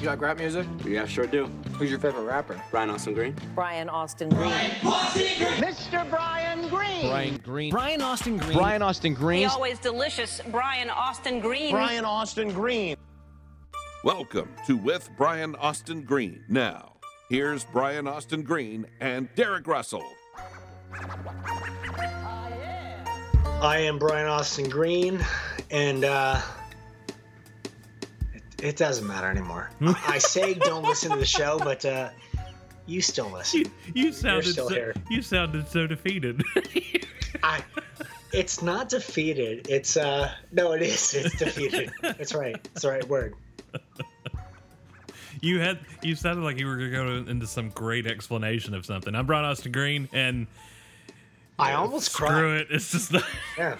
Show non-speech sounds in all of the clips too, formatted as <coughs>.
You like rap music? Yeah, sure do. Who's your favorite rapper? Brian Austin Green. Brian Austin Green. Mr. Brian Green. Brian Green. Brian Austin Green. Brian Austin The Green. always delicious Brian Austin Green. Brian Austin Green. Welcome to With Brian Austin Green. Now, here's Brian Austin Green and Derek Russell. I am Brian Austin Green, and uh, it, it doesn't matter anymore. I say don't listen to the show, but uh, you still listen. You sounded still so, here. you sounded so defeated. <laughs> I, it's not defeated. It's uh, no, it is. It's defeated. That's right. It's the right word. you had you sounded like you were going to go into some great explanation of something. I'm Brian Austin Green, and <laughs> I almost screw cried. it. It's just not, Yeah.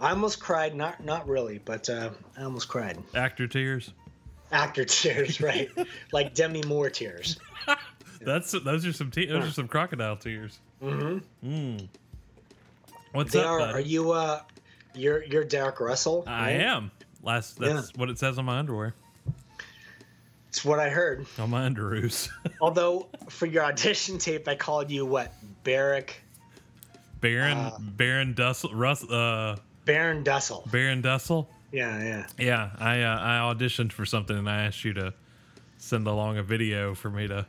I almost cried. Not not really, but uh, I almost cried. <laughs> actor tears. Actor tears, <laughs> right? like Demi Moore tears. That's those are some te- those are some crocodile tears. Mm-hmm. What's They up? are. buddy? Are you? Uh, you're you're Derek Russell. I right? am. Last that's what it says on my underwear. It's what I heard. On my underoos. <laughs> Although for your audition tape, I called you what Barrick Baron Ah. Baron Dussel Russ uh Baron Dussel. Baron Dussel. Yeah, yeah. Yeah, I uh, I auditioned for something and I asked you to send along a video for me to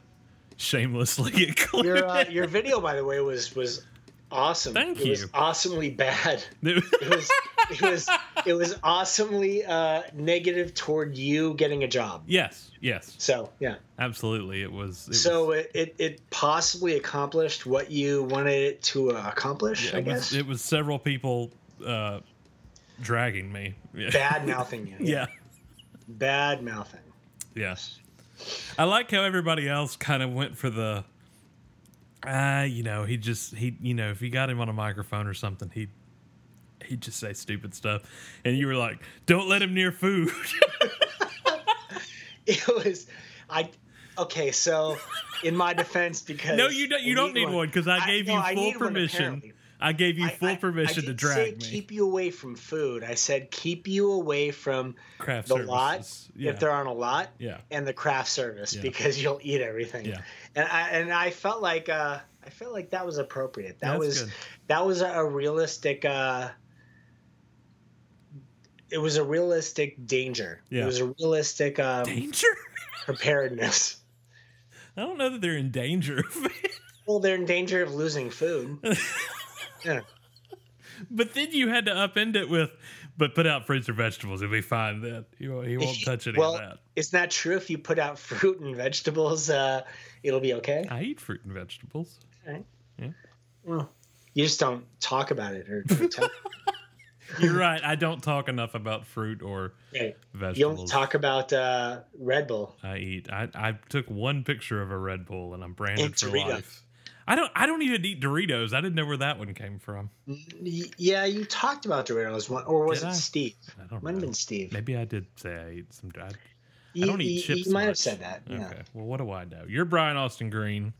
shamelessly <laughs> get cleared. Your uh, your video, by the way, was was awesome. Thank it was you. awesomely bad. It was it was it was awesomely uh, negative toward you getting a job. yes, yes, So yeah. absolutely. It was. It So was, it, it, it possibly accomplished what you wanted it to uh, accomplish, I it guess. was, it <laughs> was several people uh, dragging me. <laughs> Yeah. Bad mouthing you. yeah. Bad mouthing. <laughs> Yes. I like how everybody else kind of went for the uh, you know, he just he you know, if you got him on a microphone or something, he'd he'd just say stupid stuff. And you were like, Don't let him near food. <laughs> It was I okay, so in my defense because no, you don't you I don't need one because I, gave no, you I full need one, permission. apparently. I gave you I- full I- permission I to didn't say drag me. keep you away from food. I said keep you away from Craft the services. lot Yeah. if there aren't a lot Yeah. and the craft service Yeah. because you'll eat everything. Yeah. And I and I felt like uh I felt like that was appropriate. That That's was good. that was a, a realistic uh it was a realistic danger. Yeah. It was a realistic <laughs> um, Danger? preparedness. <laughs> I don't know that they're in danger, <laughs> Well, they're in danger of losing food. yeah. but then you had to upend it with, but put out fruits or vegetables. It'll be fine then. He won't, he won't touch any well, of that. Isn't that true? If you put out <laughs> fruit and vegetables, uh, it'll be okay. I eat fruit and vegetables. You just don't talk about it <laughs> or, or tell. You're right. I don't talk enough about fruit or Right. You only vegetables. talk about uh, Red Bull. I eat. I, I took one picture of a Red Bull and I'm branded And for Doritos. life. I don't. I don't even eat Doritos. I didn't know where that one came from. Y- yeah, you talked about Doritos one, or was Did it I? Steve? I don't Might have know. been Steve. Maybe I did say I eat some. I, I You- don't eat you- chips. You might have much. said that. Okay. Yeah. Well, what do I know? You're Brian Austin Green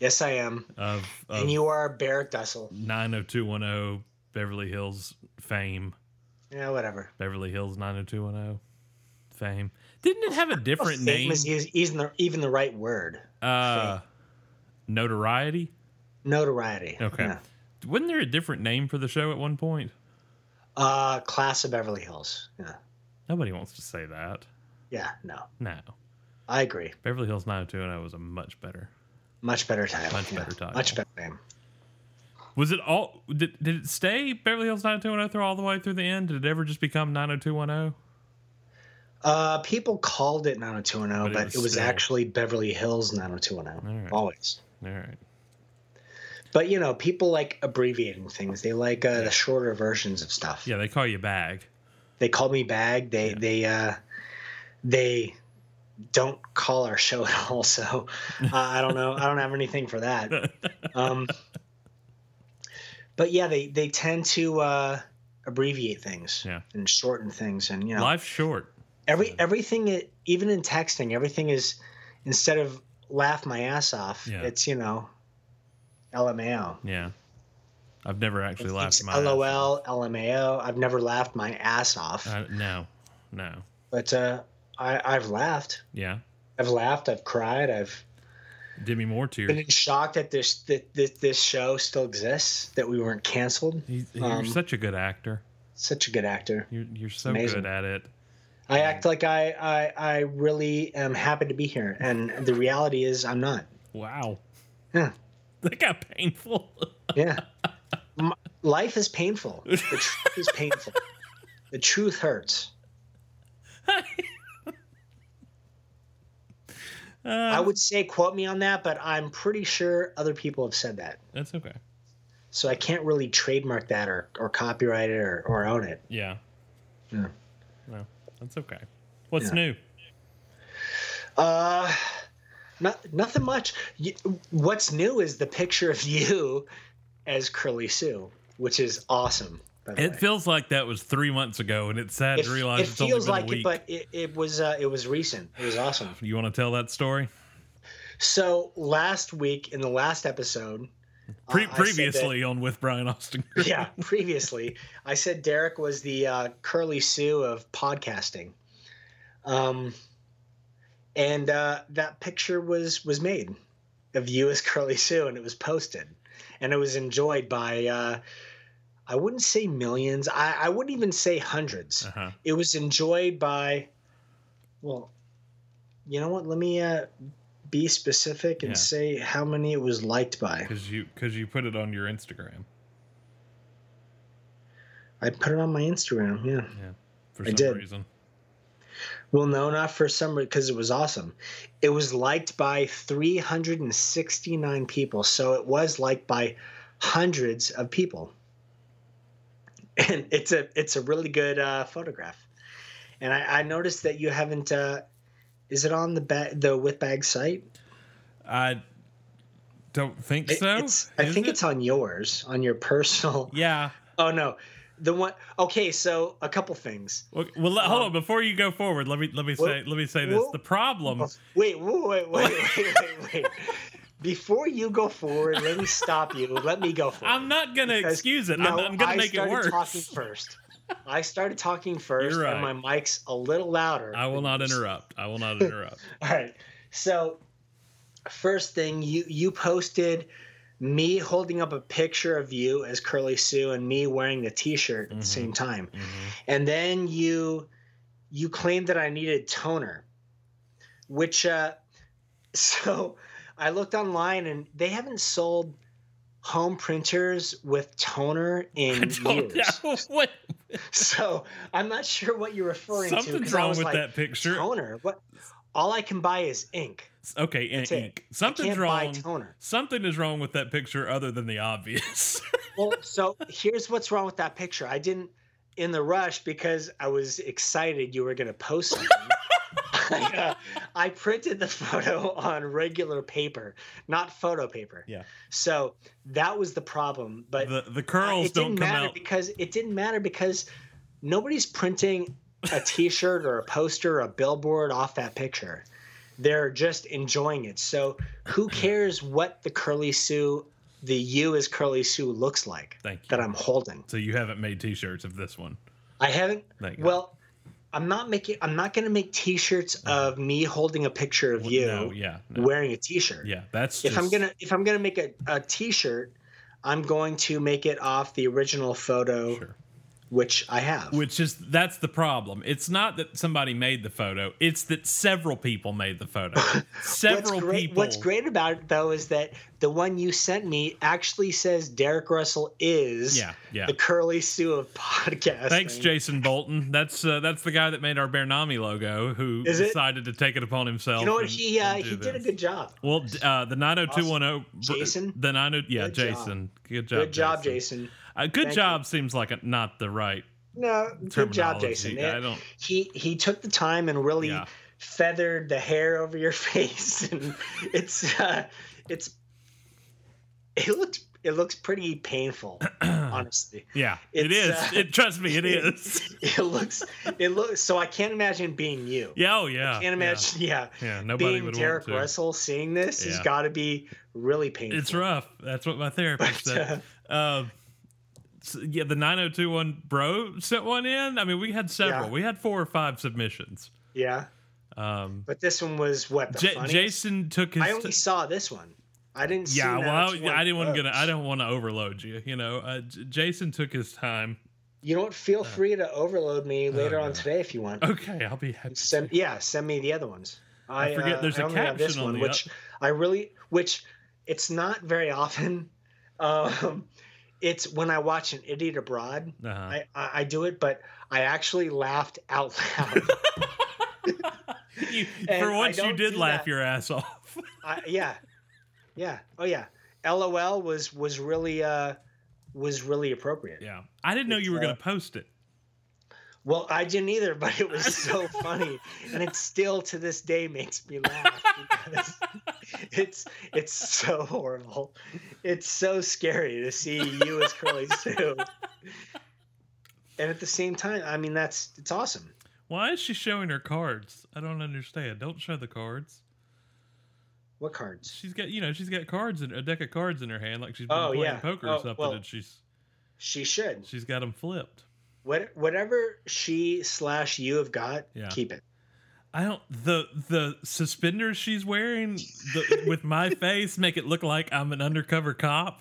Yes, I am. of, of and you are Barrett Dussel. 90210 Beverly Hills fame. Yeah, whatever. Beverly Hills 90210 fame. Didn't it <laughs> have a different Name name? is is- isn't the, even the right word. Uh, notoriety. Notoriety. Okay. Yeah. Wasn't there a different name for the show at one point? Uh, Class of Beverly Hills. Yeah. Nobody wants to say that. Yeah. No, No. I agree. Beverly Hills 90210 was a much better. Much better title. Much yeah. better title. Much better name. Was it all did, did it stay Beverly Hills 90210 through all the way through the end? Did it ever just become 90210? Uh, people called it 90210, but it was, still- actually Beverly Hills 90210. Alright. Always. All right. But you know, people like abbreviating things. They like uh, the shorter versions of stuff. Yeah, they call you bag. They call me bag. They they uh, they don't call our show at all. <laughs> So uh, I don't know. I don't have anything for that. Um, but yeah, they they tend to uh, abbreviate things Yeah. and shorten things, and you know, Life's short. Every everything, i- even in texting, everything is instead of laugh my ass off, Yeah. it's you know, LMAO. Yeah. I've never actually It's laughed my ass off. LOL, LMAO. I've never laughed my ass off, Uh, no, no. but uh, I, I've laughed. Yeah. I've laughed. I've cried. I've Demi Moore been tears. in shock that this that, that this show still exists. That we weren't canceled. He's, you're Um, such a good actor. Such a good actor. You're you're so amazing. good at it. I act like I, I I really am happy to be here, and the reality is I'm not. Wow. <laughs> Yeah, That got painful. <laughs> yeah. M life is painful. The truth is painful. The truth hurts. I would say quote me on that, but I'm pretty sure other people have said that, That's okay. so I can't really trademark that or or copyright it or, or own it. Yeah. Yeah. No, that's okay. What's Yeah. new? Uh, not nothing much. Y what's new is the picture of you as Curly Sue, which is awesome. By the It way. feels like that was three months ago, and it's sad to realize it's only been a week. it, but it, it was uh, it was recent. It was awesome. You want to tell that story? So last week in the last episode, uh, Pre- I said that- previously on with Brian Austin. Green. <laughs> yeah, previously I said Derek was the uh, Curly Sue of podcasting, um, and uh, that picture was was made of you as Curly Sue, and it was posted, and it was enjoyed by uh, I wouldn't say millions, I, I wouldn't even say 100s Uh-huh. It was enjoyed by, well, you know what? Let me uh, be specific and Yeah. say how many it was liked by. Because you because you put it on your Instagram. I put it on my Instagram. Yeah. Yeah. For I some did. reason. Well, no, not for some reason, because it was awesome. It was liked by 369 people, so it was liked by hundreds of people. <laughs> And it's a it's a really good uh, photograph. And I, I noticed that you haven't. Uh, is it on the ba- the with bag site? I don't think It- so. it's, I Is think it? it's on yours, on your <laughs> personal. Yeah. Oh no, the one. Okay, so a couple things. Well, well let- hold Um, on. Before you go forward, let me let me well, say let me say this. well, the problem. Wait, wait, wait, wait, wait, wait, wait. Before you go forward, let me stop you. Let me go forward. I'm not gonna Because- excuse it. No, I'm, I'm gonna I make it started worse. Talking first. I started talking 1st You're right. and my mic's a little louder. I will than not yours. interrupt. I will <laughs> not interrupt. All right. So, first thing you you posted me holding up a picture of you as Curly Sue and me wearing the T-shirt Mm-hmm. at the same time, and then you you claimed that I needed toner, which uh, <laughs> so I looked online and they haven't sold home printers with toner <laughs> I in don't years. know what So I'm not sure what you're referring to. something's 'cause I wrong was with like, that picture. Toner. What? All I can buy is ink. Okay, and That's it. ink. I Something's can't buy wrong. toner. Something is wrong with that picture other than the obvious. Well, so here's what's wrong with that picture. I didn't in the rush because I was excited you were going to post something. <laughs> I, uh, I printed the photo on regular paper, not photo paper. Yeah. So that was the problem. But the the I- curls Uh, it didn't don't come matter out. because it didn't matter because nobody's printing a T-shirt or a poster or a billboard off that picture. They're just enjoying it. So <clears throat> who cares what the curly Sue, the you as curly Sue looks like Thank you. that I'm holding? so you haven't made T-shirts of this one. I haven't. Thank God. well, I'm not making. I'm not going to make T-shirts of me holding a picture of Well, you no, yeah, no. wearing a T-shirt Yeah, that's if just, I'm gonna if I'm gonna make a, a T-shirt, I'm going to make it off the original photo, Sure. which I have. Which is that's the problem. It's not that somebody made the photo. It's that several people made the photo. what's several great, people. what's great about it though is that the one you sent me actually says Derek Russell is Yeah, yeah. the curly Sue of <laughs> podcast. Thanks, Jason Bolton. That's uh, that's the guy that made our Bear Nami logo, who Is it? decided to take it upon himself. You know what and- he uh, and do he did a this. good job. Well, d- uh, the 90210. br- Jason? The 90, yeah, Good job. Jason. Good job. Good job, Jason. Uh, good Thank job seems like a, not the right No, good job, terminology. Jason. I don't. he he took the time and really Yeah. feathered the hair over your <laughs> face and it's uh it's it looked it looks <clears throat> pretty painful honestly Yeah, it is. <laughs> It's, uh, it trust me, it is. <laughs> it looks it looks so i can't imagine being you Yeah, oh yeah. can't imagine yeah, Yeah, nobody being would derek want to. russell seeing this has Yeah. got to be really painful It's rough. That's what my therapist But, said. Uh, s- yeah, the 9021 bro sent one in. I mean, we had several. Yeah. We had four or five submissions. yeah Um, But this one was what the J- funniest? Jason took his. I only saw this one. I didn't. see yeah, well, I, Matt's one I didn't want to. first. I don't want to overload you. You know, uh, J- Jason took his time. <laughs> You don't feel free to overload me later on no. today if you want. Oh, Okay, I'll be happy. Send yeah, send me the other ones. I, forget uh, there's I a only have this caption on one, the which I really, which it's not very often. <laughs> Um, it's when I watch an idiot abroad. Uh-huh. I, I, I do it, but I actually laughed out loud. <laughs> You- And <laughs> for I once, you don't did do laugh that. your ass off. <laughs> I, yeah, yeah, oh yeah. LOL was was really uh was really appropriate. yeah, I didn't know you were uh, going to post it. Well, I didn't either, <laughs> but it was <laughs> so funny, and it still to this day makes me laugh. because <laughs> It's it's so horrible. It's so scary to see you as <laughs> Curly Sue. And at the same time, I mean that's it's awesome. Why is she showing her cards? I don't understand. Don't show the cards. What cards? She's got, you know, she's got cards in a deck of cards in her hand, like she's been Oh, playing yeah. poker or Oh, something, well- and she's She should. she's got them flipped. What whatever she slash you have got, Yeah. keep it. <laughs> I don't the the suspenders she's wearing the, with <laughs> my face make it look like I'm an undercover cop,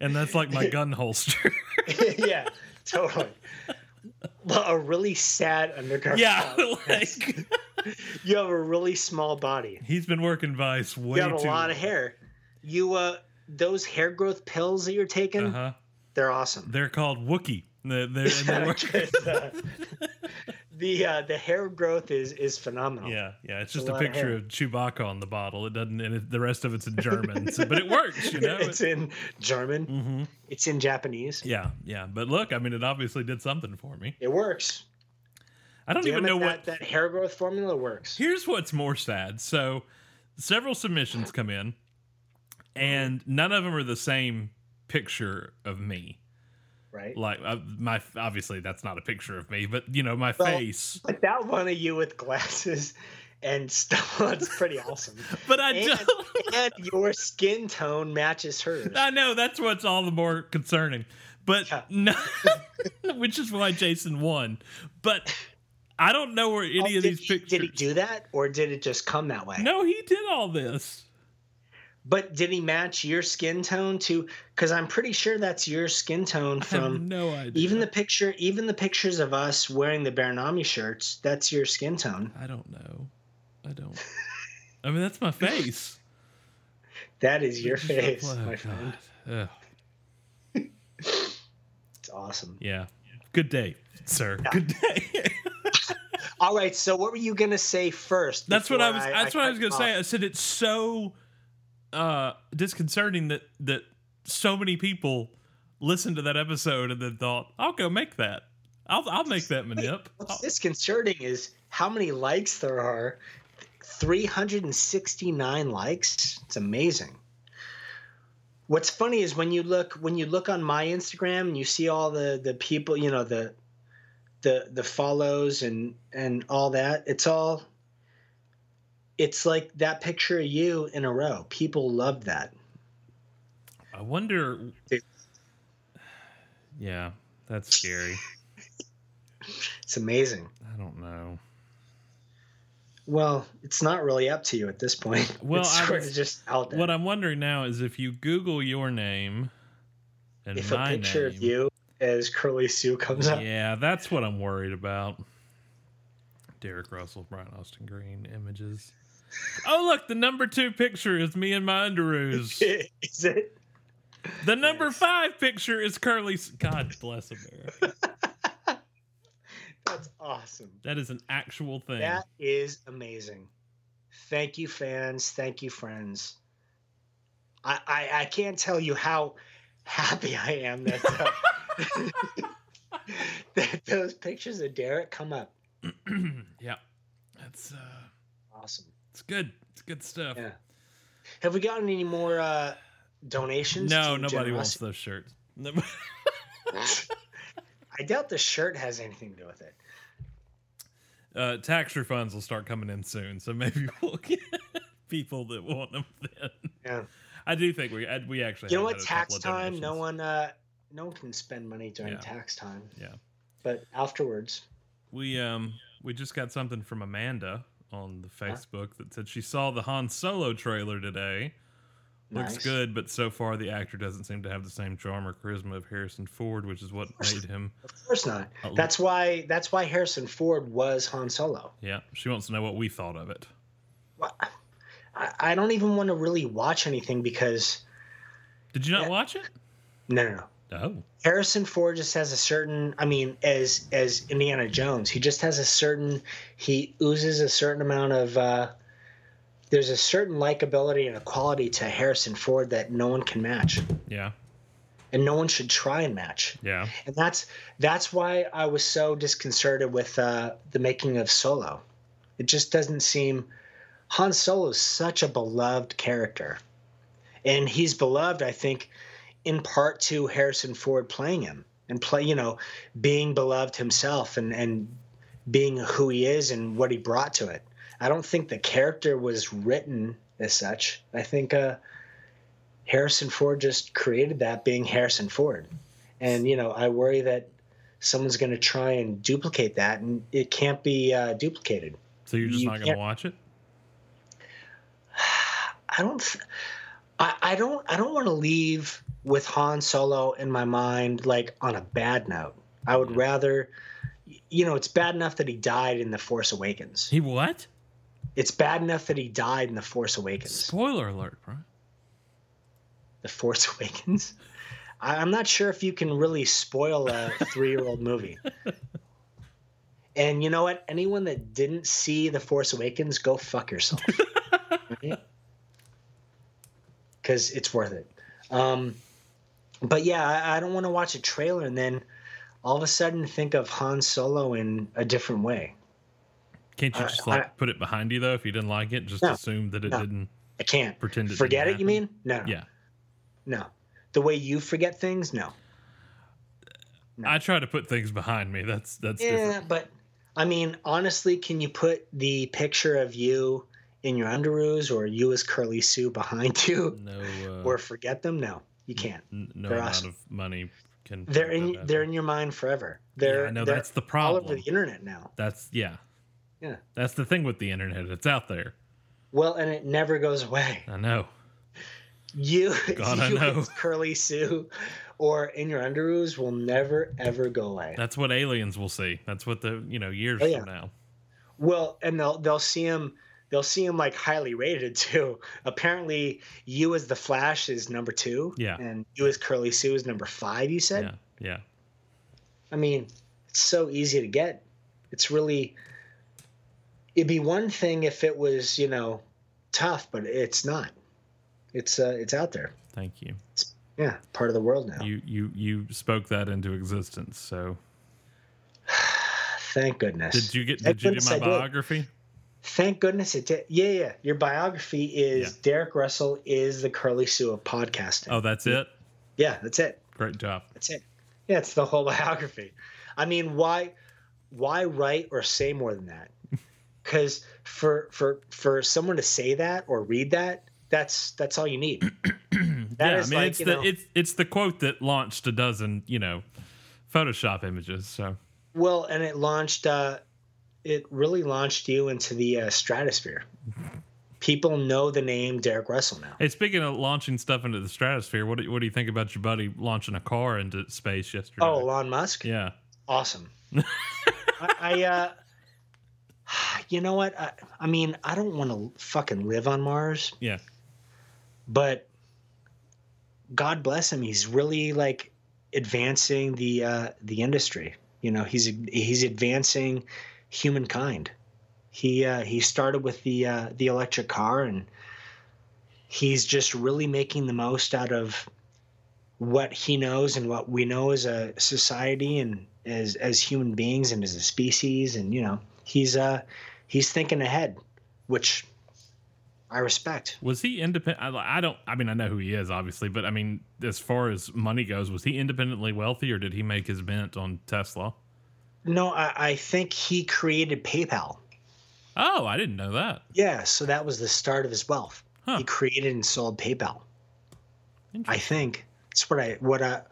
and that's like my gun holster. <laughs> yeah, totally. Well, a really sad undercover. yeah, <laughs> cop. like <laughs> you have a really small body. he's been working Vice way you have a too lot of hair. You uh those hair growth pills that you're taking, Uh huh. they're awesome. <laughs> They're called Wookie. They're, they're, and they work- 'Cause, uh, the uh, the hair growth is is phenomenal. <laughs> <laughs> yeah, yeah. It's just a, a lot of picture hair. of Chewbacca on the bottle. It doesn't, and it, the rest of it's in German, so, but it works. You <laughs> know, It's in German. hmm It's in Japanese. Yeah, yeah. But look, I mean, it obviously did something for me. It works. I don't Damn even it, know that, what. that hair growth formula works. Here's what's more sad. So, several submissions come in, and none of them are the same picture of me. Right. Like uh, my, obviously that's not a picture of me, but you know my Well- face. <laughs> But that one of you with glasses <laughs> and stuff <laughs> that's pretty awesome. But <laughs> I And, don't. and your skin tone matches hers. I know that's what's all the more concerning. But <laughs> Yeah. no, which is why Jason won. But I don't know where any of Oh, did, these he- pictures. did he do that or did it just come that way? No, he did all this. But did he match your skin tone to? Because I'm pretty sure that's your skin tone I have from no idea. Um, even the picture, even the pictures of us wearing the Baranami shirts. That's your skin tone. I don't know. I don't. I mean, <laughs> that's my face. That is your Just like, face, oh, my friend. God. Ugh. It's awesome. Yeah. Good day, sir. Good day. <laughs> All right. So what were you gonna say first? that's what I was. before That's what I was cut gonna say. you I said it's so uh disconcerting that that so many people listened to that episode and then thought, "I'll go make that. I'll I'll make that manip." off? What's disconcerting is how many likes there are. 369 likes. It's amazing. What's funny is when you look when you look on my Instagram and you see all the the people, you know, the the the follows and and all that. It's all it's like that picture of you in a row. People love that. I wonder. Dude. <sighs> Yeah, that's scary. It's amazing. I don't know. Well, it's not really up to you at this point. Well, it's I sort was- of just out there. What I'm wondering now is if you Google your name and if a my picture name- of you as Curly Sue <laughs> comes up, Yeah, that's what I'm worried about. Derek Russell, Brian Austin Green images. Oh, look, the number two picture is me and my <laughs> underoos. is it? The number five picture is Curly. S- God bless America. That's awesome. That is an actual thing. That is amazing. Thank you, fans. Thank you, friends. I I, I can't tell you how happy I am that uh, <laughs> <laughs> that those pictures of Derek come up. <clears throat> yeah, that's uh, Awesome. it's good. It's good stuff. Yeah. Have we gotten any more uh, donations? No, to nobody wants generosity? those shirts. No- <laughs> I doubt the shirt has anything to do with it. uh, tax refunds will start coming in soon, so maybe <laughs> we'll get people that want them then. Yeah. I do think we I- we actually You know have what? had a couple Tax of time. No donations. one. Uh, no one can spend money during Yeah. tax time. Yeah. But afterwards, We um we just got something from Amanda on the Facebook that said she saw the Han Solo trailer today. Looks Nice. good, but so far the actor doesn't seem to have the same charm or charisma of Harrison Ford, which is what made <laughs> him. Of course not. Oh. That's why. That's why Harrison Ford was Han Solo. Yeah, she wants to know what we thought of it. I, I don't even want to really watch anything because Did you not watch it? no, no, no. Oh, Harrison Ford just has a certain. I mean, as as Indiana Jones, he just has a certain. He oozes a certain amount of. Uh, there's a certain likability and a quality to Harrison Ford that no one can match, yeah, and no one should try and match. yeah. And that's that's why I was so disconcerted with uh, the making of Solo. It just doesn't seem. Han Solo is such a beloved character, and he's beloved, I think, in part to Harrison Ford playing him and play, you know, being beloved himself and and being who he is and what he brought to it. I don't think the character was written as such. I think uh, Harrison Ford just created that being Harrison Ford, and you know, I worry that someone's going to try and duplicate that, and it can't be uh, duplicated. So you're just You not gonna can't- watch it? I don't. th- I, I don't. I don't want to leave with Han Solo in my mind like on a bad note. I would rather, you know, it's bad enough that he died in the Force Awakens. He what? It's bad enough that he died in the Force Awakens. Spoiler alert, Brian. The Force <laughs> Awakens. I, I'm not sure if you can really <laughs> spoil a three-year-old movie. And you know what? Anyone that didn't see The Force Awakens, go <laughs> fuck yourself. Because it's worth it. Um, but yeah, I, I don't want to watch a trailer and then all of a sudden think of Han Solo in a different way. Can't you just like put it behind you though? If you didn't like it, just No, assume that it no. didn't. I can't. Pretend it didn't Forget it, happen. you mean? No. Yeah. No. The way you forget things? No. I try to put things behind me. That's that's different. Yeah, but I mean, honestly, can you put the picture of you in your underoos or you as Curly Sue behind you <laughs> No, uh, or forget them? No, you can't. n- no they're amount awesome. of money can. They're prevent in that. they're in your mind forever. They're Yeah, I know they're that's the all over problem. the internet now. That's yeah. Yeah. That's the thing with the internet. It's out there. Well, and it never <laughs> goes away. I know. You, God, I <laughs> you know. as Curly Sue or in your underoos will never ever go away. That's what aliens will see. That's what the you know years Oh, yeah. from now. Well, and they'll they'll see him they'll see him like highly rated <laughs> too. Apparently, you as the Flash is number two. Yeah. And you as Curly Sue is number five. You said. Yeah, yeah. I mean, it's so easy to get. It's really. It'd be one thing if it was you know, tough, but it's not. It's uh, it's out there. Thank you. Yeah, part of the world now. You you you spoke that into existence. So Thank goodness. did you get Thank did you do goodness my I did. biography? Thank goodness it did. Yeah, yeah. Your biography is Yeah. Derek Russell is the Curly Sue of podcasting. Oh, that's it. Yeah, that's it. Great job. That's it. Yeah, it's the whole <laughs> biography. I mean, why why write or say more <laughs> than that? Cuz for for for someone to say that or read that, that's that's all <clears throat> you need. That yeah, is I mean like, it's you the know- it's it's the quote that launched a dozen you know Photoshop images. So well, and it launched uh it really launched you into the uh, stratosphere. People know the name Derek Russell now. hey, speaking of launching stuff into the stratosphere, what do, what do you think about your buddy launching a car into space yesterday? Oh, Elon Musk. yeah, <laughs> awesome. I, I uh, <sighs> you know what? I, I mean, I don't want to fucking live on Mars, yeah. but God bless him. He's really like advancing the uh, the industry. You know, he's he's advancing humankind. He uh, he started with the uh, the electric car, and he's just really making the most out of what he knows and what we know as a society and as as human beings and as a species. And you know, he's uh he's thinking ahead, which I respect. Was he independent? I, I don't. I mean, I know who he is, obviously, but I mean, as far as money goes, was he independently wealthy, or did he make his bent on Tesla? No, I, I think he created PayPal. Oh, I didn't know that. Yeah, so that was the start of his wealth. Huh. He created and sold PayPal. I think it's what I what I.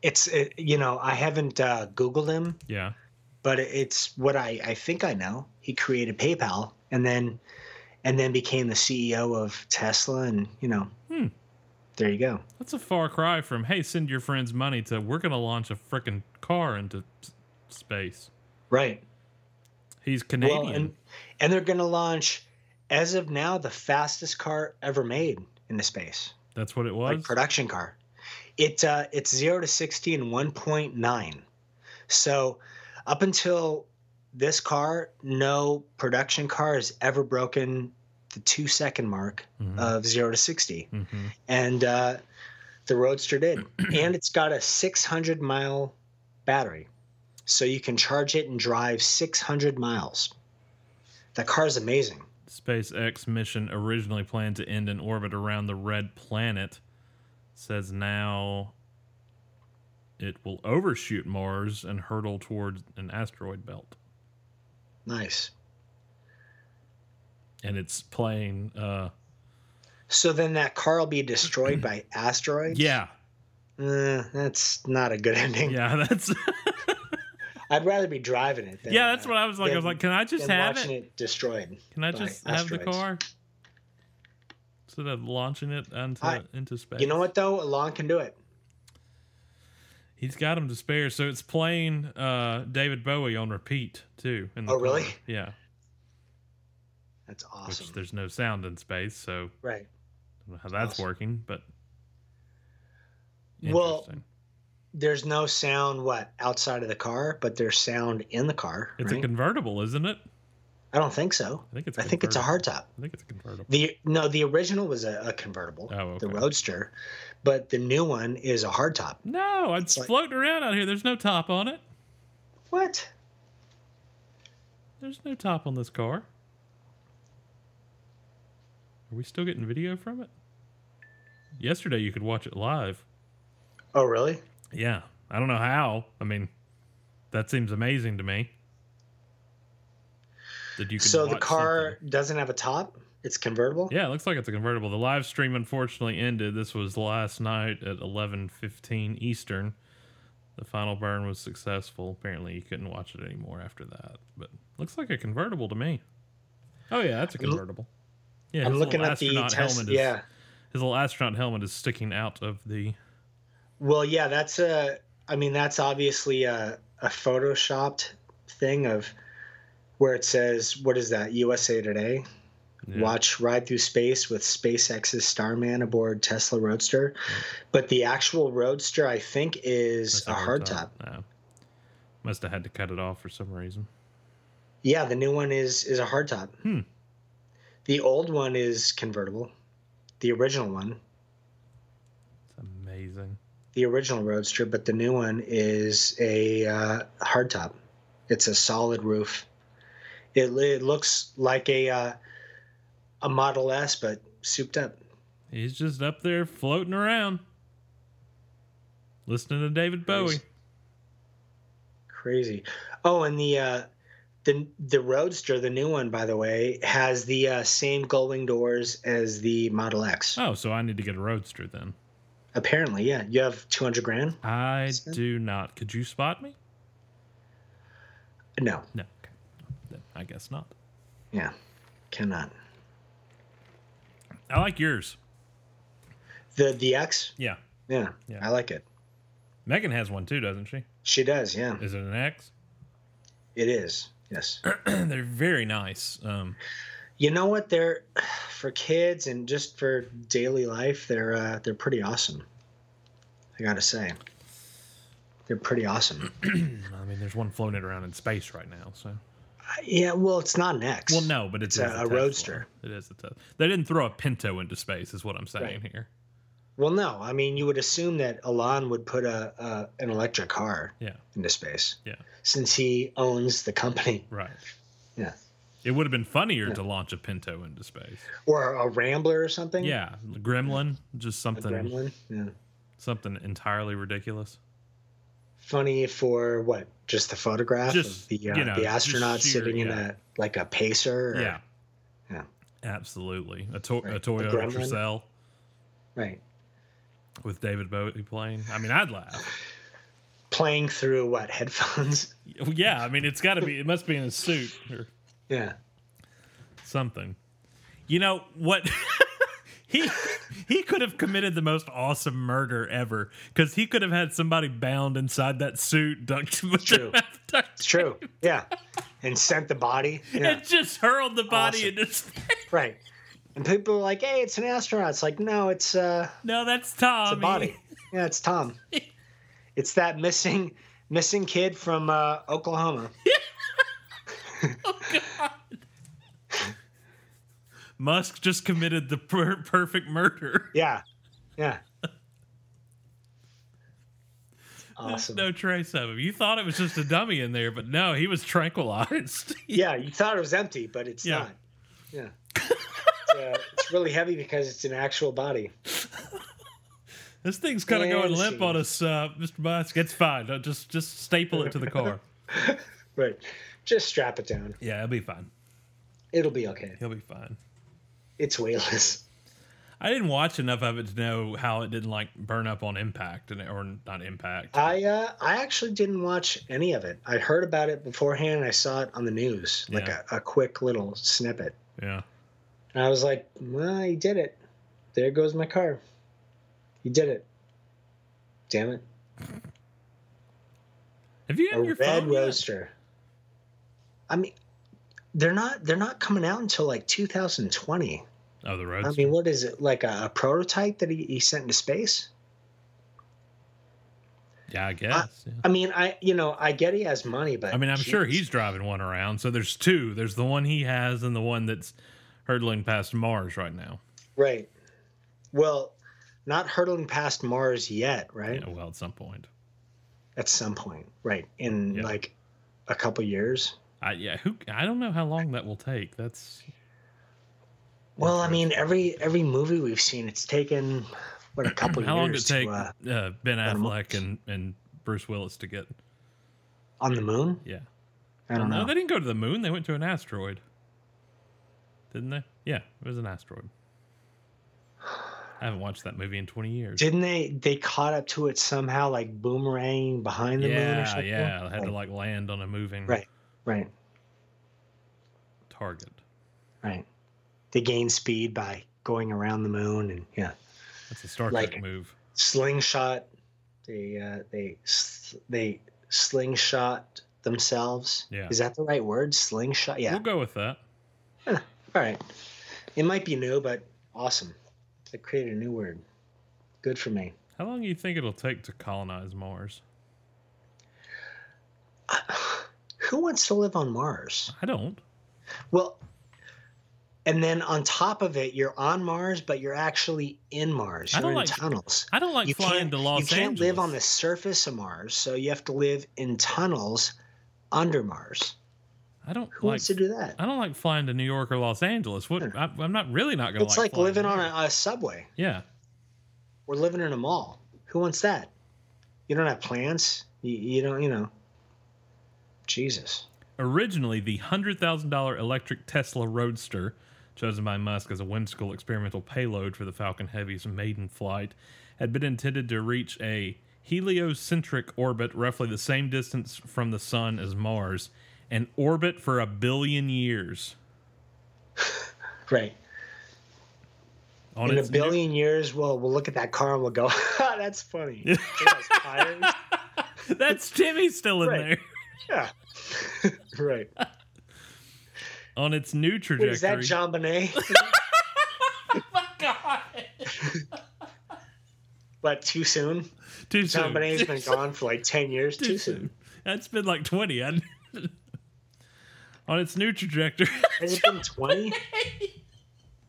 It's it, you know I haven't uh, Googled him, Yeah, but it- it's what I, I think I know. He created PayPal and then and then became the CEO of Tesla and you know Hmm. there you go. That's a far cry from hey, send your friends money to we're gonna launch a freaking car into s- space. Right. He's Canadian. Well and and they're gonna launch as of now the fastest car ever made in the space. That's what it like was. production car. It uh, it's zero to sixty in one point nine. So up until this car, no production car has ever broken the two second mark Mm-hmm. of zero to sixty, Mhm. and uh, the Roadster did. <clears throat> and it's got a six hundred mile battery, so you can charge it and drive six hundred miles. That car is amazing. SpaceX mission originally planned to end in orbit around the red planet says now it will overshoot Mars and hurtle towards an asteroid belt. Nice. And it's playing uh So then that car will <clears throat> be destroyed by asteroids. yeah. Uh, that's not a good <laughs> ending. Yeah, <laughs> that's I'd rather be driving it. Than, Yeah, that's uh, what I was like. I was than- like, can I just than have it? watching it? destroyed. Can I by just have the asteroids. car? Instead of launching it into I- into space. You know what though? Alon can do it. He's got him to spare, so it's playing uh, David Bowie on repeat too. In the Oh, really? car. Yeah. That's Which awesome. there's no sound in space, so Right. I don't know how that's Awesome. working, but Well- Interesting. There's no sound what outside of the car, but there's sound in the car. it's right? a convertible, isn't it? I don't think so. I think it's. I think it's a convertible. hardtop. I think it's a convertible. The no, the original was a, a convertible, Oh, the okay. Roadster, but the new one is a hardtop. No, it's, It's like- floating around out here. There's no top on it. What? There's no top on this car. Are we still getting video from it? Yesterday you could watch it live. Oh, really? Yeah. I don't know how. I mean, that seems amazing to me. That you can So the watch car something. doesn't have a top. It's convertible. Yeah, it looks like it's a convertible. The live stream unfortunately ended. This was last night at 11:15 Eastern. The final burn was successful. Apparently, you couldn't watch it anymore after that. But looks like a convertible to me. Oh yeah, that's a convertible. Yeah, I'm his looking little at the astronaut test. helmet is- Yeah. his little astronaut helmet is sticking out of the. Well, yeah, that's a. I mean, that's obviously a, a photoshopped thing of where it says, "What is that?" USA Today. Yeah. Watch ride through space with SpaceX's Starman aboard Tesla Roadster, but the actual Roadster, I think, is that's a hardtop. No. Must have had to cut it off for some reason. Yeah, the new one is is a hardtop. Hmm. The old one is convertible. The original one, It's amazing. the original Roadster, but the new one is a uh, hardtop. It's a solid roof. It, it looks like a uh, a Model S, but souped up. He's just up there floating around, listening to David Bowie. Crazy. Oh, and the uh, the the Roadster, the new one, by the way, has the uh, same gullwing doors as the Model X. Oh, so I need to get a roadster then. Apparently, yeah. You have two hundred grand? I Sure. do not. Could you spot me? No, No. Okay. Then I guess not. yeah, cannot. I like yours. The the X, Yeah. yeah, Yeah. I like it. Megan has one too, doesn't she? She does, yeah. Is it an X? <clears throat> It is, yes. They're very nice. Um, you know what they're <sighs> for kids and just for daily life they're uh, they're pretty awesome i gotta say they're <clears throat> pretty awesome I mean, there's one floating around in space right now. So. yeah well it's not an x Well, no, but it's, It's a- a roadster. It is a Tesla. They didn't throw a Pinto into space, is what I'm saying here. well no i mean you would assume that elon would put a, a an electric car Yeah. into space Yeah. since he owns the company <laughs> Right. yeah It would have been funnier to launch a Pinto into space. or a rambler or something Yeah, Gremlin, just a something, gremlin yeah something entirely ridiculous. funny for what just the photograph Just, of the uh, you know, the just astronaut sheer- sitting in yeah. a like a pacer or, Yeah. Yeah. Absolutely. A, to- Right. a A Toyota gremlin. Tercel right with David Bowie playing. I mean, I'd laugh. playing through what headphones? <laughs> Yeah, I mean, it's got to be. It must be in a suit or yeah. something. You know what? <laughs> he he could have committed the most awesome murder ever because he could have had somebody bound inside that suit, ducked with the <laughs> true. mouth duct It's true. Yeah. And sent the body. Yeah. and just hurled the body Awesome. into space. Right. And people are like, hey, it's an astronaut. It's like, no, it's uh <laughs> No, that's Tommy. the body. Yeah, it's <laughs> Tom. it's that missing missing kid from uh, Oklahoma. Musk just committed the per- perfect murder. Yeah. Yeah. Awesome. No trace of him. You thought it was just a dummy in there, but no, he was tranquilized. <laughs> Yeah, you thought it was empty, but it's Yeah. not. Yeah. it's, uh, it's really heavy because it's an actual body. This thing's kind of Yeah, going let's limp see. on us, uh, Mr. Musk. It's fine. Uh, Just just staple it to the <laughs> car. Right. Just strap it down. Yeah, it'll be fine. It'll be okay. He'll be fine. It's weightless. I didn't watch enough of it to know how it didn't like burn up on impact and or not impact. I uh, I actually didn't watch any of it. I heard about it beforehand. And I saw it on the news, like Yeah. a, a quick little snippet. Yeah. And I was like, well, he did it. There goes my car. He did it. Damn it. Have you A had your red phone? yet? roaster. I mean, they're not they're not coming out until like 2020. Oh, the I roads. mean, what is it like a, a prototype that he, he sent into space? yeah, I guess. yeah. I mean, I you know I get he has money, but I mean, I'm sure jeez. he's driving one around. So there's two. There's the one he has and the one that's hurtling past Mars right now. right. Well, not hurtling past Mars yet, right? Yeah, well, at some point. At some point, right? In Yeah. like a couple years. I yeah, who I don't know how long that will take. That's Well, I mean, every every movie we've seen, it's taken what a couple <clears throat> how years long did it take to, uh, uh, Ben a month. Affleck and and Bruce Willis to get? on the moon. Yeah. I don't no, know. they didn't go to the moon. They went to an asteroid, didn't they? Yeah, it was an asteroid. I haven't watched that movie in twenty years. Didn't they? They caught up to it somehow, like boomerang behind the moon or yeah, something. yeah, I had Right, to like land on a moving Right. right, target. right. They gain speed by going around the moon, and yeah, That's a Star Trek Like- move. slingshot. They uh, they s- they slingshot themselves. Yeah. Is that the right word? Slingshot. Yeah. We'll go with that. All right. It might be new, but awesome. I created a new word. Good for me. How long do you think it'll take to colonize Mars? Who wants to live on Mars? I don't. Well, and then on top of it, you're on Mars, but you're actually in Mars. I You're don't in like- tunnels. I don't like flying can't- to Los You can't Angeles. live on the surface of Mars, so you have to live in tunnels under Mars. I don't Who like. wants to do that? I don't like flying to New York or Los Angeles. What? I, I'm not really not gonna. Hmm. It's like, flying living on there. a, a subway Yeah. or living in a mall. Who wants that? You don't have plans. You, you don't. You know. Jesus. Originally, the $100,000 electric Tesla Roadster, chosen by Musk as a whimsical experimental payload for the Falcon Heavy's maiden flight, had been intended to reach a heliocentric orbit roughly the same distance from the sun as Mars, an orbit for a billion years. Right. On in a its new- billion years, we'll we'll look at that car and we'll go, <laughs> "Ha, "That's funny." It has <laughs> tires. <laughs> That's Timmy still in Right. there. Yeah. right. On its new trajectory. What is that John Bonet? <laughs> <laughs> But too soon. Too John soon. Bonet's been gone for like ten years. Too, soon. That's been like 20. I- <laughs> On its new trajectory. <laughs> Has it been twenty?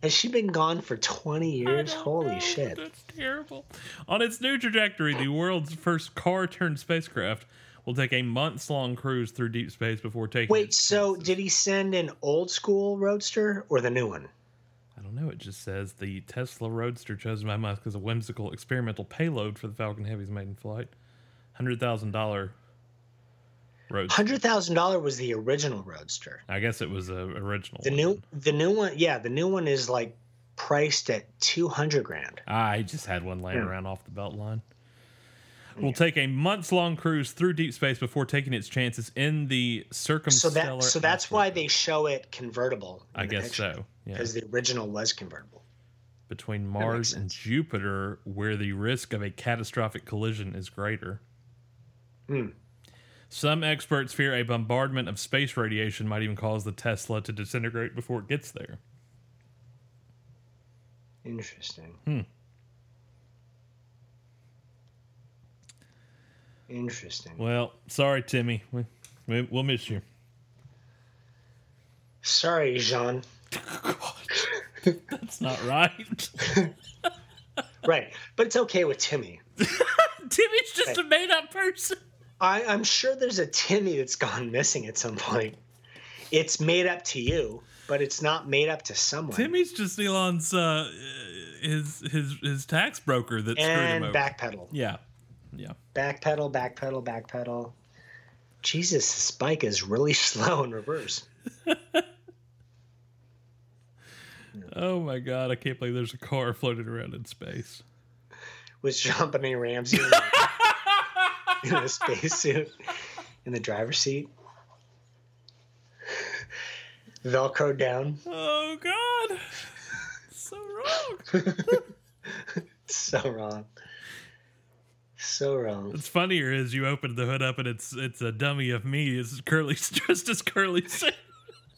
Has she been gone for twenty years? don't Holy know. shit! That's terrible. On its new trajectory, the world's first car turned spacecraft will take a months long cruise through deep space before taking. Wait. its- So did he send an old school roadster or the new one? I don't know. It just says the Tesla Roadster chosen by Musk as a whimsical experimental payload for the Falcon Heavy's maiden flight. $100,000 roadster. Hundred thousand dollar was the original roadster. I guess it was a original. The one. new the new one. Yeah, the new one is like priced at two hundred grand. I Ah, just had one laying Yeah. around off the belt line. will take a months long cruise through deep space before taking its chances in the So circumstellar. that so that's why they show it convertible. in I the guess picture, so. Yeah. Because the original was convertible. Between Mars and sense. Jupiter, where the risk of a catastrophic collision is greater. Hmm. Some experts fear a bombardment of space radiation might even cause the Tesla to disintegrate before it gets there. Interesting. Hmm. Interesting. Well, sorry, Timmy. We, we, we'll miss you. Sorry, Jean. That's not right. <laughs> Right, but it's okay with Timmy. Timmy's just a made up person. I, I'm sure there's a Timmy that's gone <laughs> missing at some point. It's made up to you, but it's not made up to someone. Timmy's just Elon's uh, his his his tax broker that screwed him and over. backpedal, Yeah, yeah. backpedal, backpedal, backpedal. Jesus, this bike is really <laughs> slow in reverse. Oh my god, I can't believe there's a car <laughs> floating around in space. Was John Benet <laughs> Ramsey in a- in a spacesuit in the driver's seat, Velcro down. Oh god, <laughs> so wrong. So wrong. So wrong. What's funnier is you open the hood up and it's it's a dummy of me. It's curly, <laughs> just as curly. Sue.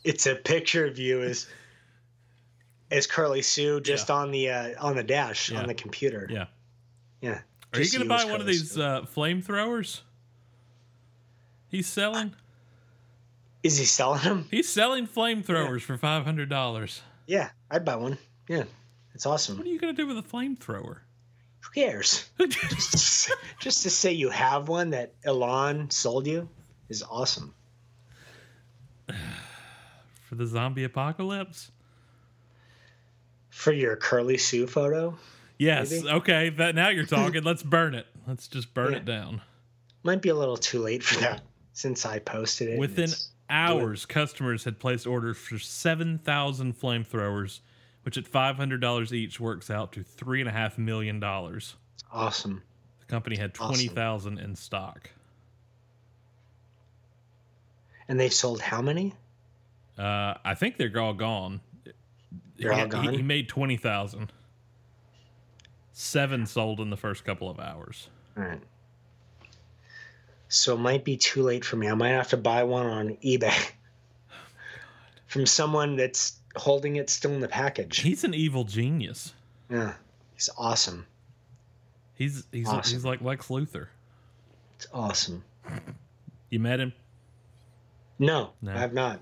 it's a picture of you as as Curly Sue just on the uh, on the dash Yeah. on the computer. yeah. Yeah. Are you Just gonna as buy one Curly of these Sue. uh, flamethrowers? He's selling. uh, Is he selling them? He's selling flamethrowers for five hundred dollars. Yeah, I'd buy one. Yeah, it's awesome. What are you gonna do with a flamethrower? <laughs> Who cares? just just to say you have one that Elon sold you is awesome. for the zombie apocalypse? For your Curly Sue photo, Yes. Maybe. Okay. That now <laughs> you're talking. Let's burn it. Let's just burn Yeah. it down. might be a little too late for that since I posted it. and Within it's- hours, customers had placed orders for seven thousand flamethrowers, which at five hundred dollars each works out to three and a half million dollars. it's awesome. The company had Awesome. twenty thousand in stock. And they sold how many? Uh, I think they're all gone. They're he, all he- gone. he made twenty thousand. Seven sold in the first couple of hours. All right. So it might be too late for me. I might have to buy one on eBay <laughs> from someone that's holding it still in the package. He's an evil genius. Yeah, he's awesome. He's he's Awesome. he's like Lex Luthor. It's awesome. You met him. No, No. I have not.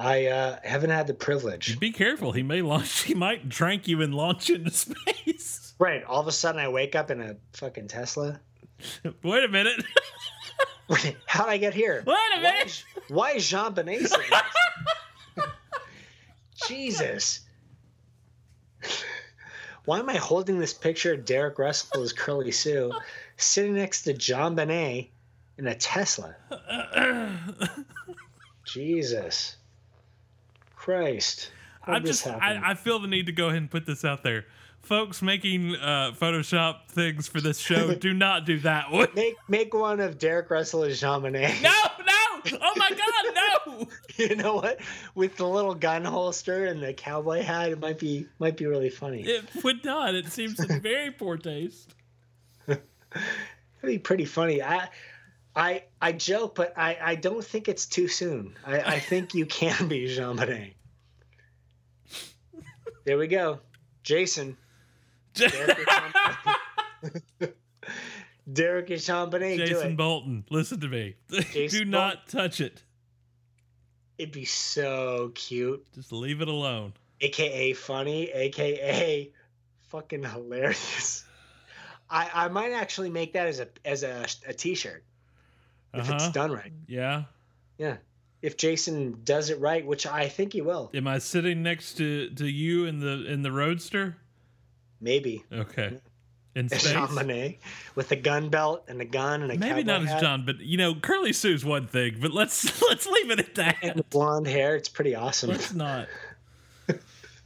I uh, haven't had the privilege. Be careful. He may launch. <laughs> He might drink you and launch you into space. <laughs> Right. All of a sudden, I wake up in a fucking Tesla. <laughs> Wait a minute. <laughs> Wait, how'd I get here? Wait a Why minute. is, why is Jean Benet <laughs> saying this? Jesus. Why am I holding this picture of Derek Russell as Curly Sue sitting next to John Benet in <coughs> a Tesla? Jesus. Christ. How I'm did this just. happen? I, I feel the need to go ahead and put this out there. Folks making uh, Photoshop things for this <laughs> show, do not do that one. <laughs> make make one of Derek Russell as Jean Benet. No, no. Oh my God, no. <laughs> you know what? With the little gun holster and the cowboy hat, it might be might be really funny. It would not. It seems in very poor taste. <laughs> That'd be pretty funny. I, I, I joke, but I, I don't think it's too soon. I, I think you can be Jean Monnet. There we go, Jason. Derek and Jean- <laughs> Derek and Jean Bonnet do Jason it. Bolton, listen to me. <laughs> do Jason not touch it. It'd be so cute, Just leave it alone. aka funny, aka fucking hilarious. I, I might actually make that as a as a, a t-shirt if it's Uh-huh. done right. Yeah. Yeah. If Jason does it right, which I think he will, Am I sitting next to to you in the in the roadster? maybe. Okay. In As space. Jean Monnet with a gun belt and a gun and a Maybe cowboy not as hat John, but you know, Curly Sue's one thing. But let's <laughs> let's leave it at that. and blonde hair. It's pretty <laughs> awesome. <laughs> Let's not.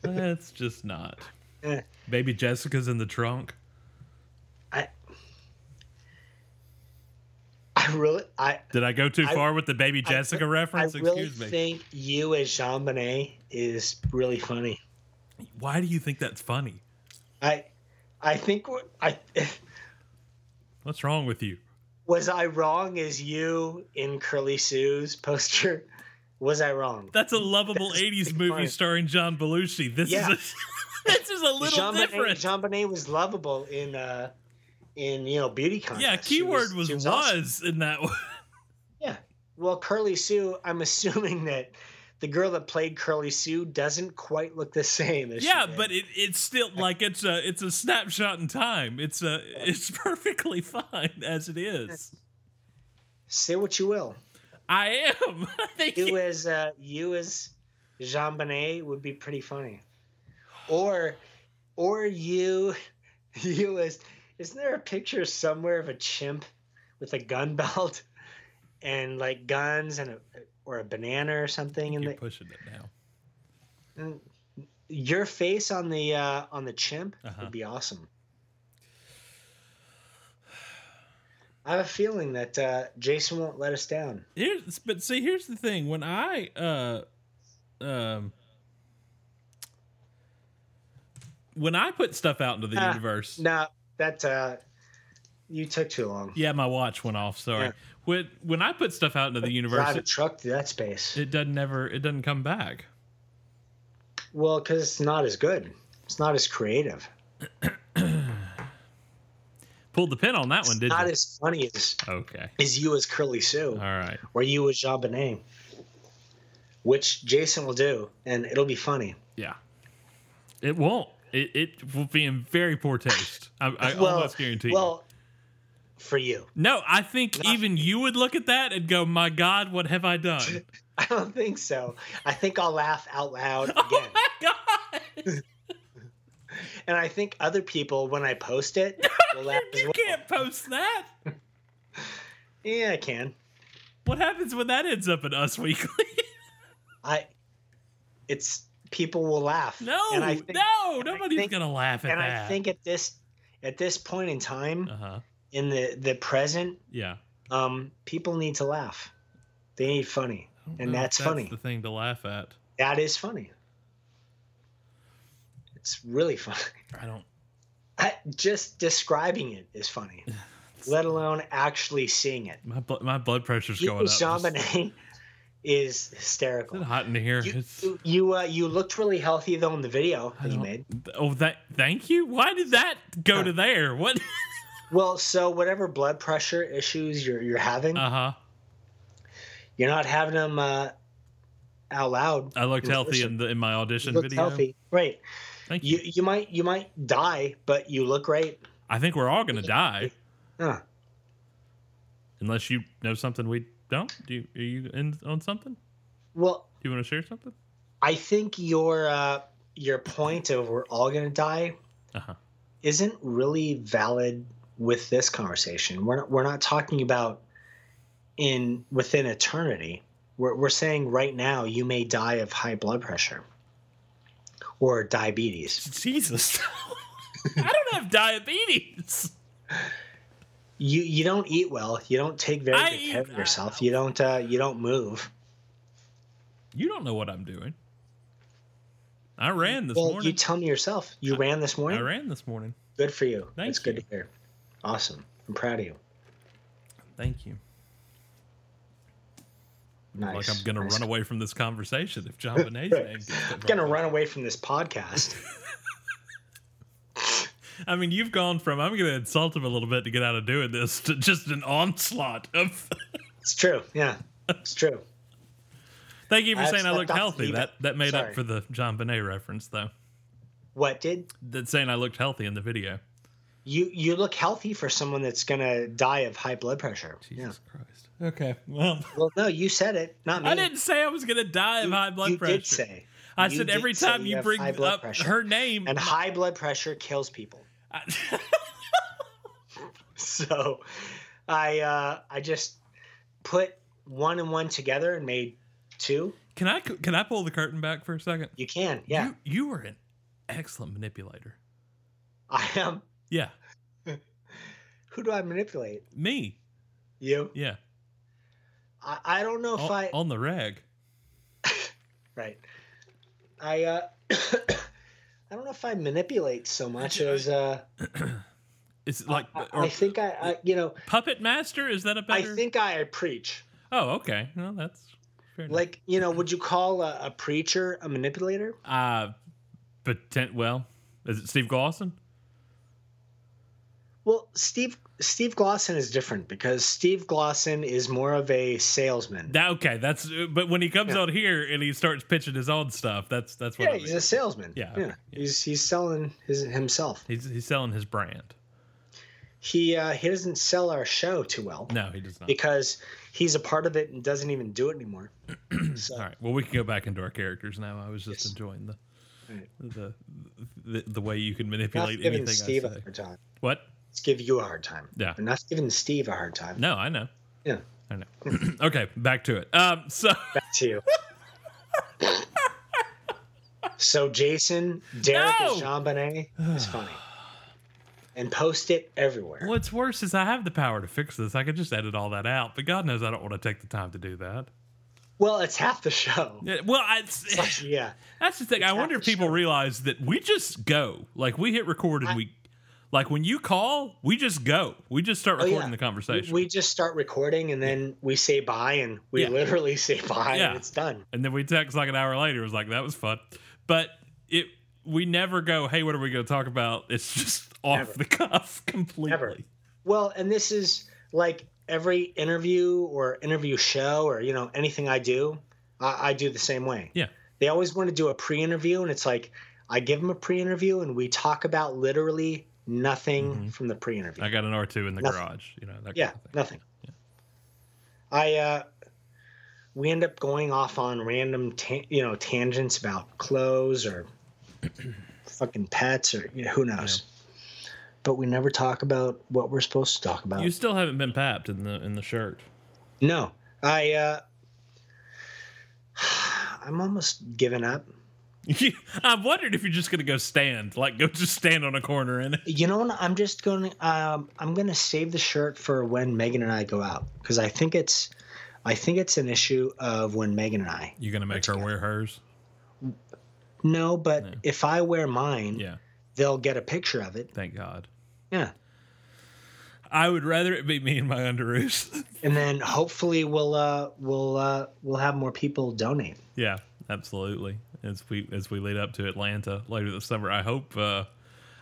Let's just not. Eh, Maybe Jessica's in the trunk. I I really, I, Did I go too far with the baby Jessica I, reference? I really Excuse me. think you as Jean Bonnet is really funny. Why do you think that's funny? I, I think w- I What's wrong with you? was I wrong as you in Curly Sue's poster. Was I wrong? That's a lovable That's '80s big movie fire. starring John Belushi. This Yeah. is a, <laughs> this is a little Jean Bonnet, different. Jean Bonnet was lovable in uh in you know beauty contest. yeah, keyword was was, awesome. in that one. Yeah. Well, Curly Sue, I'm <laughs> assuming that the girl that played Curly Sue doesn't quite look the same as she Yeah, did. but it, it's <laughs> still like it's a it's a snapshot in time. It's a <laughs> it's perfectly fine as it <laughs> is. say what you <laughs> will. I am. <laughs> I think You you- as uh, you as Jean Bonnet would be pretty funny. Or or you <laughs> you as isn't there a picture somewhere of a chimp with a gun <laughs> belt and like guns and a or a banana or something in you're the pushing it now. your face on the uh, on the chimp Uh-huh. would be awesome. I have a feeling that uh, Jason won't let us down. Here's but see here's the thing. When I uh um when I put stuff out into the Ah, universe, No, that uh, you took too long. yeah, my watch went off. Sorry. Yeah. When when I put stuff out into the universe, Drive a it, truck through that space. it doesn't never it doesn't come back. well, because it's not as good. It's not as creative. Pulled the pin on that one, did Not you? as funny as, okay. as you as Curly Sue All right. or you as Jean Bonnet, which Jason will do, and it'll be funny. Yeah. It won't. It, it will be in very poor taste. I, I almost guarantee you. <laughs> Well, for you. no, I think even you would look at that and go, "My God, what have I <laughs> done?" I don't think so. I think I'll laugh out <laughs> loud again. Oh God, <laughs> and I think other people, when I <laughs> post it, will laugh as you well. can't post that. Yeah, I can. What happens when that ends up in Us Weekly? <laughs> I, it's people will laugh. no, and I think, no, nobody's think- gonna laugh at And that. I think at this, at this point in time, uh huh. in the the present, Yeah, um, people need to laugh. They need funny, and Oh, Well, that's, funny. The thing to laugh at. That is funny. It's really funny. I don't. I, just describing it <laughs> is funny, let alone actually seeing it. My blood, my blood pressure's you going up. It's Chaminade is hysterical. hot in here. You It's- you you, uh, you looked really healthy though in the video I that you don't- made. Oh, that. Thank you. Why did that go to there? <laughs> What? Well, so whatever blood pressure issues you're you're having, Uh huh. you're not having them uh, out loud. I looked You healthy listen. in the in my audition You looked video. healthy, right? Thank you. You you might you might die, but you look great. I think we're all gonna die Huh. unless you know something we don't. Do you, are you in on something? Do Well, you want to share something? I think your uh, your point of we're all gonna die Uh-huh. isn't really valid with this conversation. We're not, we're not talking about in within eternity. We're we're saying right now you may die of high blood pressure or diabetes. Jesus, I don't have diabetes. You you don't eat well. You don't take very I good care eat- of yourself. You don't uh, you don't move. You don't know what I'm doing. I ran this well, morning. you tell me yourself. You ran this I morning. ran this morning. Good for you. Thank That's good you. to hear. Awesome. I'm proud of you. Thank you. Nice. like I'm gonna nice. run away from this conversation if John Bonet's <laughs> name gets I'm gonna run away from this podcast. I mean, you've gone from I'm going to insult him a little bit to get out of doing this to just an onslaught of. It's true. Yeah, it's true. Thank you for I've saying I slept looked off healthy. even- That that made up Sorry. for the John Bonet reference, though. What did That saying I looked healthy in the video. you? You look healthy for someone that's gonna die of high blood pressure. Jesus Christ. Okay. Well, Yeah. Well, no, you said it, not me. <laughs> I didn't say I was going to die of You- high blood you pressure. did say. I you said did every say time you you have bring high blood up pressure. her name, And high blood pressure kills people. <laughs> I- <laughs> So, I uh, I just put one and one together and made two. can I can I pull the curtain back for a second? You can, yeah. You, you were an excellent manipulator. I am. Yeah, Who do I manipulate? me. You? Yeah. I, I don't know if On, I. on the rag. Right. I uh <coughs> I don't know if I manipulate so much as uh It's like I, or I think I, I you know puppet master. Is that a I better? think I preach. oh, okay. Well, that's fair enough. Like, you know, would you call a, a preacher a manipulator? uh, but ten, well, is it Steve Glosson? Well, Steve Steve Glosson is different because Steve Glosson is more of a salesman. That okay. That's uh, but when he comes out here and he starts pitching his own stuff, that's that's what yeah, I he's mean. a salesman. Yeah, yeah. okay, He's he's selling his himself. he's he's selling his brand. He uh he doesn't sell our show too well No, he does not. because he's a part of it and doesn't even do <clears throat> it anymore. All right. Well, we can go back into our characters now. I was just enjoying the, Right. the the the way you can Not manipulate giving anything. I Steve a say. hard time. What? Let's give you a hard time. Yeah. I'm not giving Steve a hard time. No, I know. Yeah. I know. <clears throat> okay, back to it. Um, so <laughs> Back to you. so Jason, Derek, No! and <sighs> Jean Bonnet is funny. And post it everywhere. what's worse is I have the power to fix this. I could just edit all that out, but God knows I don't want to take the time to do that. Well, it's half the show. <laughs> Yeah, Well, I, Yeah. that's the thing. I wonder if half the people show. realize that we just go. Like we hit record and we, like when you call, we just go. We just start Oh, recording yeah. the conversation, We just start recording and then we say bye and we Yeah. literally say bye Yeah. and it's done. and then we text like an hour later. It was like that was fun, but it we never go. Hey, what are we going to talk about? It's just off the cuff <laughs> completely. Well, and this is like every interview or interview show or, you know, anything I do, I, I do the same way. Yeah. they always want to do a pre-interview and it's like i give them a pre-interview and we talk about literally nothing from the pre-interview Mm-hmm. I got an R two in the Nothing. garage. You know that. yeah kind of thing. nothing i uh we end up going off on random ta- you know tangents about clothes or <clears throat> fucking pets or you know, who knows but we never talk about what we're supposed to talk about You still haven't been papped in the in the shirt. <laughs> no i uh <sighs> i'm almost giving up I wondered if you're just gonna go stand, like go just stand on a corner and You know what? I'm just going. to Um, I'm going to save the shirt for when Megan and I go out because I think it's, I think it's an issue of when Megan and I. you're gonna make her wear hers. No, but if I wear mine, Yeah, they'll get a picture of it. thank God. Yeah, I would rather it be me in my underoos. <laughs> and then hopefully we'll uh we'll uh we'll have more people donate. yeah, absolutely. As we as we lead up to Atlanta later this summer, I hope. Uh,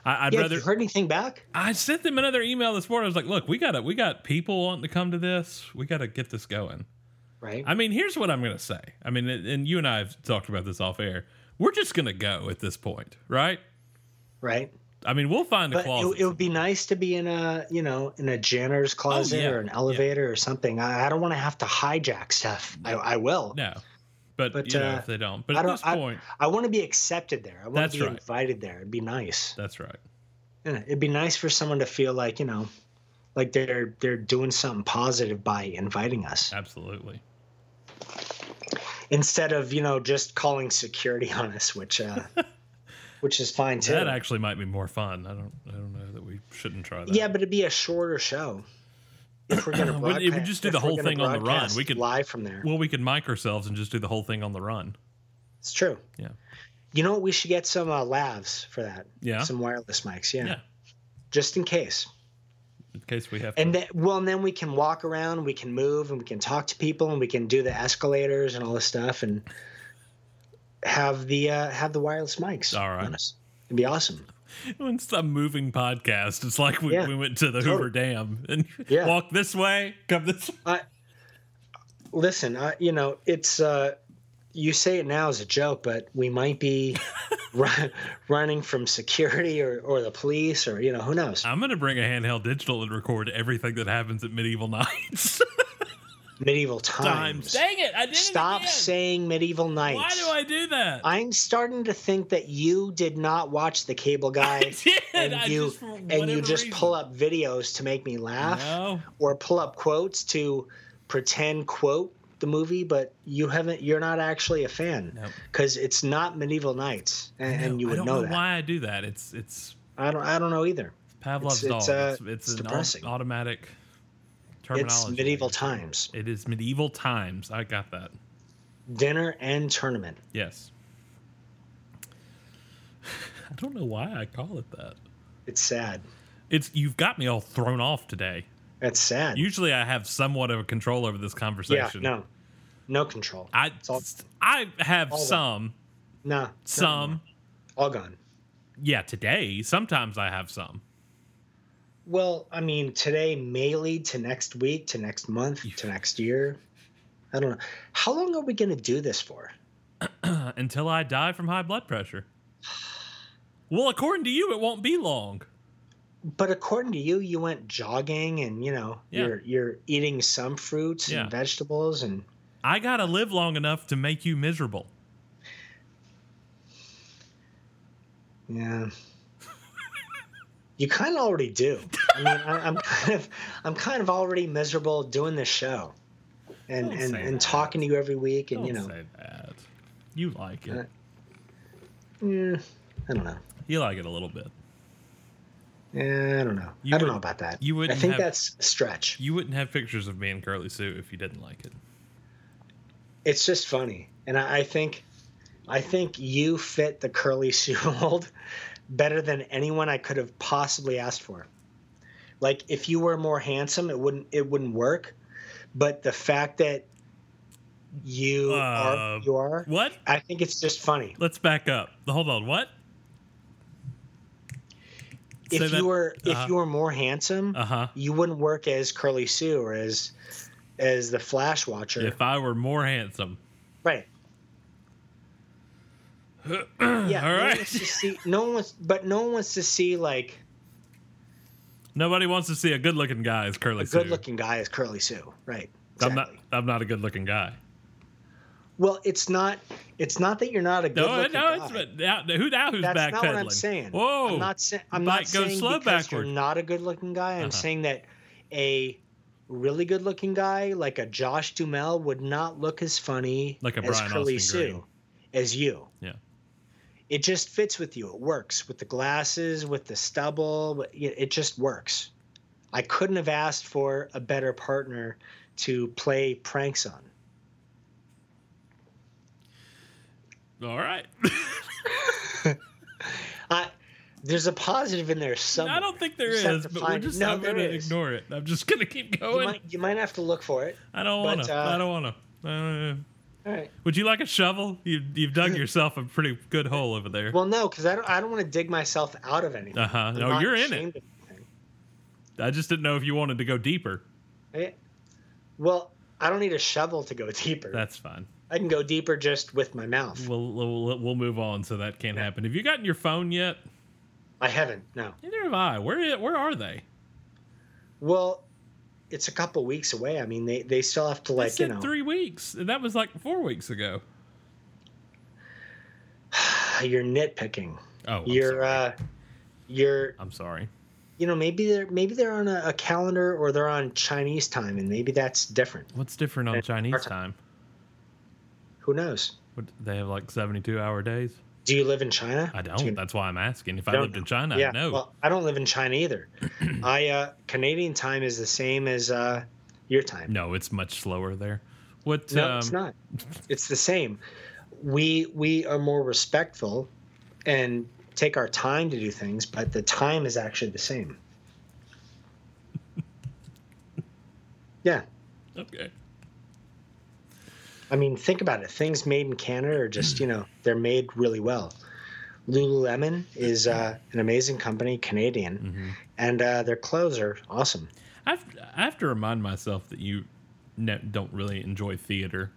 I, I'd Yeah, rather. you heard anything back? I sent them another email this morning. I was like, "Look, we got to We got people wanting to come to this. We got to get this going." Right. I mean, here's what I'm going to say. I mean, and and you and I have talked about this off air. We're just going to go at this point, right? right. I mean, we'll find a But closet. Oh, it, it would be nice to be in a you know in a janitor's closet yeah. or an Yeah. elevator or something. I, I don't want to have to hijack stuff. I, I will. no, but, But, you know, uh, if they don't, but I at don't- this I- point, I want to be accepted there. I want That's to be right. invited there. It'd be nice. that's right. Yeah, it'd be nice for someone to feel like you know, like they're they're doing something positive by inviting us Absolutely. instead of you know just calling security <laughs> on us, <laughs> which uh, which is fine too. That actually might be more fun. I don't. I don't know that we shouldn't try that. yeah, but it'd be a shorter show. If we're gonna Wouldn't- broadcast, if <clears throat> we just do the if we're whole gonna thing on the run, broadcast we could- live from there. Well, we could mic ourselves and just do the whole thing on the run. it's true. Yeah. You know what? We should get some uh, lavs for that. Yeah. Some wireless mics. Yeah. Yeah. Just in case. In case we have. and to. then well and then we can walk around we can move and we can talk to people and we can do the escalators and all this stuff and have the uh have the wireless mics All right. on us. it'd be awesome <laughs> When it's a moving podcast, it's like we, Yeah. we went to the Hoover Dam and <laughs> Yeah. walked this way, come this. way. listen I, you know it's uh you say it now as a joke but we <laughs> might be run, running from security or or the police or you know who knows I'm gonna bring a handheld digital and record everything that happens at medieval <laughs> nights. medieval times, Dang it! I did stop it again. saying medieval nights Why do I do that? <laughs> I'm starting to think that you did not watch <laughs> The Cable Guy, did. and I you just- for and you whatever just reason. pull up videos to make me laugh, No. or pull up quotes to pretend quote the movie, but you haven't. You're not actually a fan Nope. because it's not Medieval Nights, and, and you I would don't know, know, that. why I do that. It's it's I don't. I don't know either. Pavlov's It's- it's, dog. uh, it's, it's an au- depressing. automatic terminology. It's medieval times. It is medieval times. I got that. Dinner and tournament. Yes. I don't know why I call it that. It's sad. It's you've got me all thrown off today. It's sad. Usually I have somewhat of a control over this yeah, conversation. no. No control. I It's all- I have all of it. some nah. some All gone. yeah today sometimes I have some. Well, I mean, today may lead to next week, to next month, to next year. I don't know. How long are we going to do this for? uh, until I die from high blood pressure. <sighs> Well, according to you, it won't be long. But according to you, you went jogging and, you know, Yeah. you're you're eating some fruits Yeah. and vegetables and I gotta live long enough to make you miserable. yeah. you kind of already do. I mean, I, I'm kind of I'm kind of already miserable doing this show. And Don't and, say and that. talking to you every week and Don't you know, say that. You like it. Uh, mm, I don't know. You like it a little bit. Yeah, Eh, I don't know. You I don't would- know about that. you I wouldn't think have- that's a stretch. You wouldn't have pictures of me and Curly Sue if you didn't like it. it's just funny and I, I think i think you fit the curly <laughs> sue mold better than anyone i could have possibly asked for like if you were more handsome it wouldn't it wouldn't work but the fact that you are Uh, you are What? i think it's just funny Let's back up. Hold on. What? if Say you that- were uh-huh. if you were more handsome Uh huh. you wouldn't work as curly sue or as as the flash watcher If I were more handsome. <clears throat> right yeah All no one right. wants to see, no one wants but no one wants to see like Nobody wants to see a good looking guy as Curly Sue. good looking guy is Curly Sue, right? I'm not. Exactly. I'm not a good looking guy. Well, it's not. It's not that you're not a good No, looking no, guy. it's but now, who now who's That's backpedaling? not what I'm saying. Whoa! I'm not, sa- I'm Mike, not go saying slow because backward. you're not a good looking guy. I'm Uh-huh. saying that a really good looking guy like a Josh Dumel would not look as funny Like a as Brian Curly Austin Green. Sue as you. Yeah. It just fits with you. It works with the glasses, with the stubble. but y- It just works. I couldn't have asked for a better partner to play pranks on. All right. <laughs> I, there's a positive in there somewhere. I don't think there You is, just have to but we're find- just No, I'm there gonna is. ignore it. I'm just gonna keep You going. might, you might have to look for it. I don't but, want to. uh, I don't want to. Uh, All right. would you like a shovel? You you've <laughs> dug yourself a pretty good hole over there. Well, no, because I don't. I don't want to dig myself out of anything. Uh-huh. I'm No, not you're in it. ashamed of anything. I just didn't know if you wanted to go deeper. Eh, Well, I don't need a shovel to go deeper. That's fine. I can go deeper just with my mouth. We'll we'll, we'll move on, so that can't happen. Have you gotten your phone yet? I haven't. No. Neither have I. Where i- where are they? Well, it's a couple weeks away. I mean, they they still have to They like you said know. three weeks, and that was like four weeks ago. <laughs> You're nitpicking. Oh, I'm sorry. you're uh, you're I'm sorry. you know maybe they're maybe they're on a, a calendar or they're on Chinese time and maybe that's different. What's different on It's our Chinese time. time? Who knows? What, they have like 72 hour days? Do you live in China? I Do you- don't. That's why I'm asking. If I don't lived in know. China, yeah, I'd know. Well, I don't live in <clears throat> China either. I uh, Canadian time is the same as uh, your time. no, it's much slower there. What? No, um, it's not. It's the same. We we are more respectful and take our time to do things, but the time is actually the <laughs> same. yeah. Okay. I mean, think about it. Things made in Canada are just, you know, they're made really well. Lululemon is uh, an amazing company, Canadian, and uh, their clothes are awesome. I have, I have to remind myself that you ne- don't really enjoy theater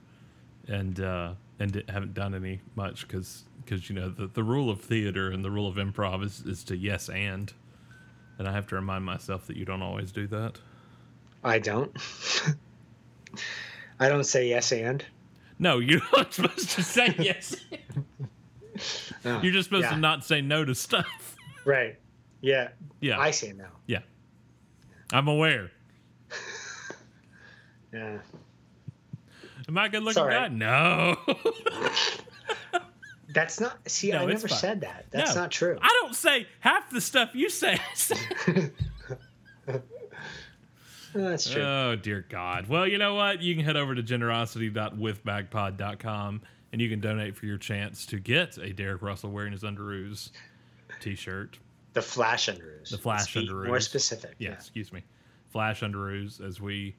and uh, and d- haven't done any much because, you know, the, the rule of theater and the rule of improv is, is to yes and. And I have to remind myself that you don't always do that. I don't. <laughs> I don't say yes and. No, you're <laughs> not supposed to say yes. No. You're just supposed Yeah. to not say no to stuff. <laughs> Right. Yeah. Yeah. I say no. yeah. I'm aware. Yeah. Am I a good looking Sorry. guy? No. <laughs> That's not. See, No, I it's never fine. said that. That's No. not true. I <laughs> don't say half the stuff you say. I say- That's true. Oh dear God. Well, you know what? You can head over to generosity.withbagpod.com and you can donate for your chance to get a Derek Russell wearing his underoos t-shirt. the Flash Underoos. The Flash Underoos. More specific. Yeah, excuse me. Flash underoos as we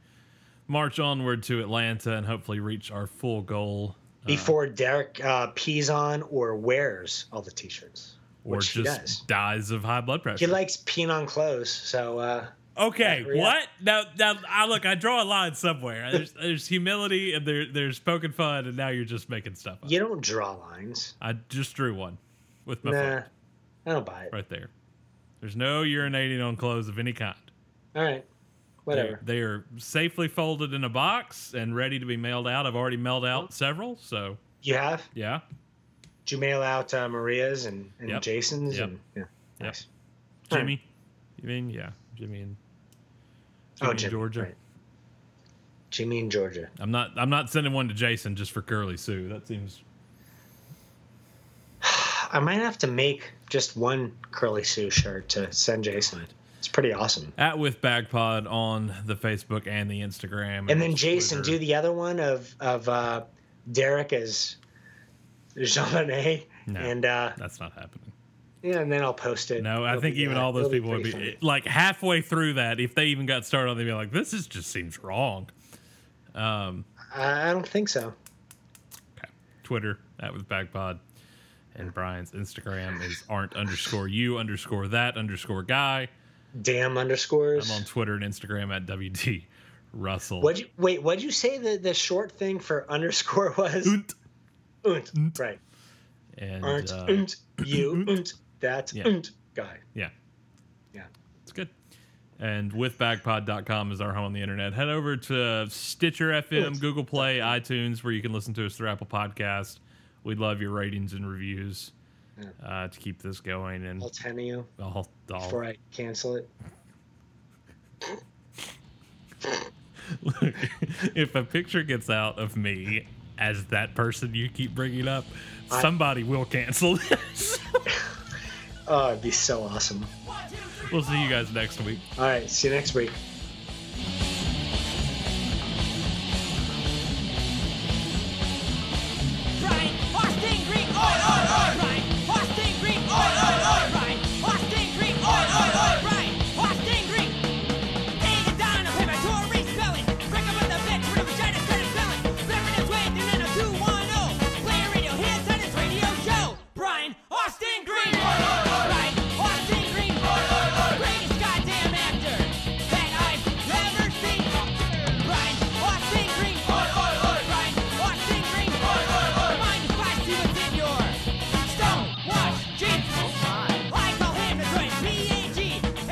march onward to Atlanta and hopefully reach our full goal Before Derek uh, pees on or wears all the T-shirts, or which he just does. dies of high blood pressure. He likes peeing on clothes, so uh, Okay, Hurry up. what? Now, now, I look. I draw a line somewhere. There's, there's humility, and there, there's poking fun, and now you're just making stuff up. you don't draw lines. I just drew one with my Nah, foot I don't buy it. right there. There's no urinating on clothes of any kind. All right, They're, whatever. they are safely folded in a box and ready to be mailed out. I've already mailed out several, so You have? yeah. Did you mail out uh, Maria's and, and Yep. Jason's? Yep. And, yeah. Nice. All right. Jimmy, you mean yeah, Jimmy and Oh, Jimmy in Jimmy, Georgia. right. Jimmy in Georgia. I'm not. I'm not sending one to Jason just for Curly Sue. That seems I might have to make just one Curly Sue shirt to send Jason. It's pretty awesome. at with bagpod on the facebook and the instagram And then Jason, do the other one of of uh, Derek as Jean Monnet. No. And uh, that's not happening yeah, and then I'll post it. no i It'll think be, even uh, all those it'll people would be pretty funny. like halfway through that if they even got started on they'd be like this is just seems wrong I I don't think so. okay. twitter at with bagpod and brian's instagram is aren't underscore you underscore that underscore guy Damn underscores. i'm on twitter and instagram at wd russell What'd you, wait, what'd you say the, the short thing for underscore was? Unt. Unt. Right. and Aren't uh, <clears throat> unt you unt that Yeah. unt guy. yeah Yeah. It's good. And with bagpod.com is our home on the internet. Head over to Stitcher FM, Google Play, iTunes, where you can listen to us through Apple Podcast. We'd love your ratings and reviews uh, to keep this going. And I'll ten of you all, all, before I cancel it. look, <laughs> if a picture gets out of me as that person you keep bringing up, somebody will cancel <laughs> this. Oh, it'd be so awesome. we'll see you guys next week. All right, see you next week. Brian Austin Green. Oi, oi, oi. Brian Austin Green. Oi, oi, oi. Brian Austin Green. Oi, oi, oi. Brian Austin Green. Take it down, I'll pay my Tory spelling. Break up with the bitch with a vagina started spelling. Flipping his way through 90210. Player radio hits on his radio show. Brian Austin Green. Oi, oi, oi. Brian Austin Green. Oi, oi, oi. Greatest goddamn actor that I've ever seen. Brian Austin Green. Oi, oi, oi. Brian Austin Green. Oi, oi, oi. Mind if I see what's in your stone wash jeans? I call him the great B.A.G.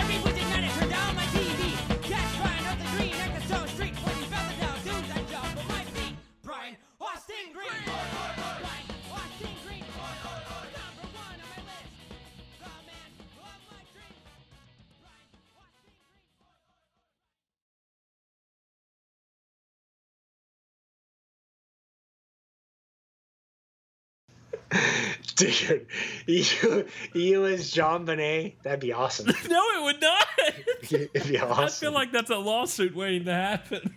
Every Wednesday night I turn down my TV. Catch Brian up the green, neck of Stone Street. When he fell down, dudes I jump with my feet. Brian Austin Green. Brian Austin Green. Number one on my list. The man of my dreams. Brian Austin Green. Dude, <laughs> you you as John Bonet, that'd be awesome. <laughs> No, it would not. <laughs> It'd be awesome. I feel like that's a lawsuit waiting to happen.